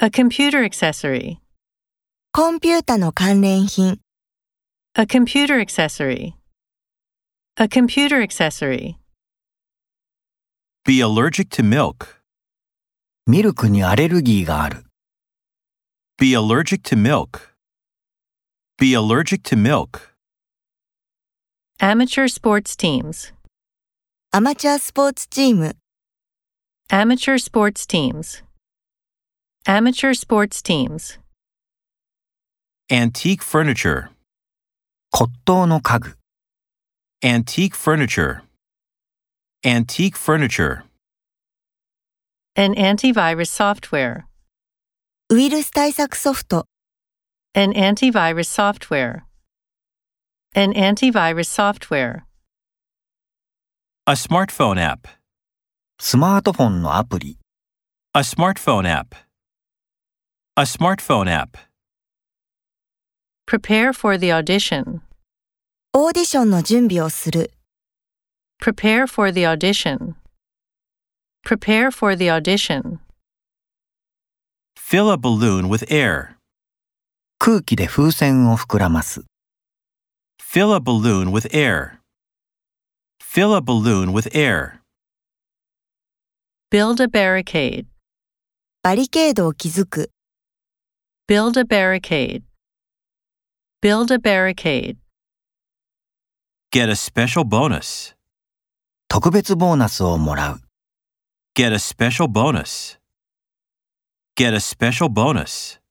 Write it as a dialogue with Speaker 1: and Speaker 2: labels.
Speaker 1: A computer accessory.
Speaker 2: コンピュータの関連品、
Speaker 1: A computer accessory. A computer accessory.
Speaker 3: Be allergic to milk.
Speaker 4: ミルクにアレルギーがある。
Speaker 3: Be allergic to milk. Be allergic to milk.
Speaker 1: Amateur sports teams.
Speaker 2: アマチュアスポーツチーム、
Speaker 1: Amateur sports teams. Amateur sports teams.
Speaker 3: Antique furniture.
Speaker 4: 骨董の家具。
Speaker 3: Antique furniture. Antique furniture.
Speaker 1: An antivirus software.
Speaker 2: ウイルス対策ソフト、
Speaker 1: An antivirus software. An antivirus software.
Speaker 3: A smartphone app.
Speaker 4: スマートフォンのアプリ。
Speaker 3: A smartphone app. A smartphone app.
Speaker 1: Prepare for the audition.
Speaker 2: オーディションの準備をする、
Speaker 1: Prepare for the audition. Prepare for the audition.
Speaker 3: Fill a balloon with air.
Speaker 4: 空気で風船を膨らます。
Speaker 3: Fill a balloon with air. Fill a balloon with air.
Speaker 1: Build a barricade.
Speaker 2: バリケードを築く、
Speaker 1: Build a barricade. Build a barricade.
Speaker 3: Get a special bonus.
Speaker 4: 特別ボーナスをもらう。
Speaker 3: Get a special bonus. Get a special bonus.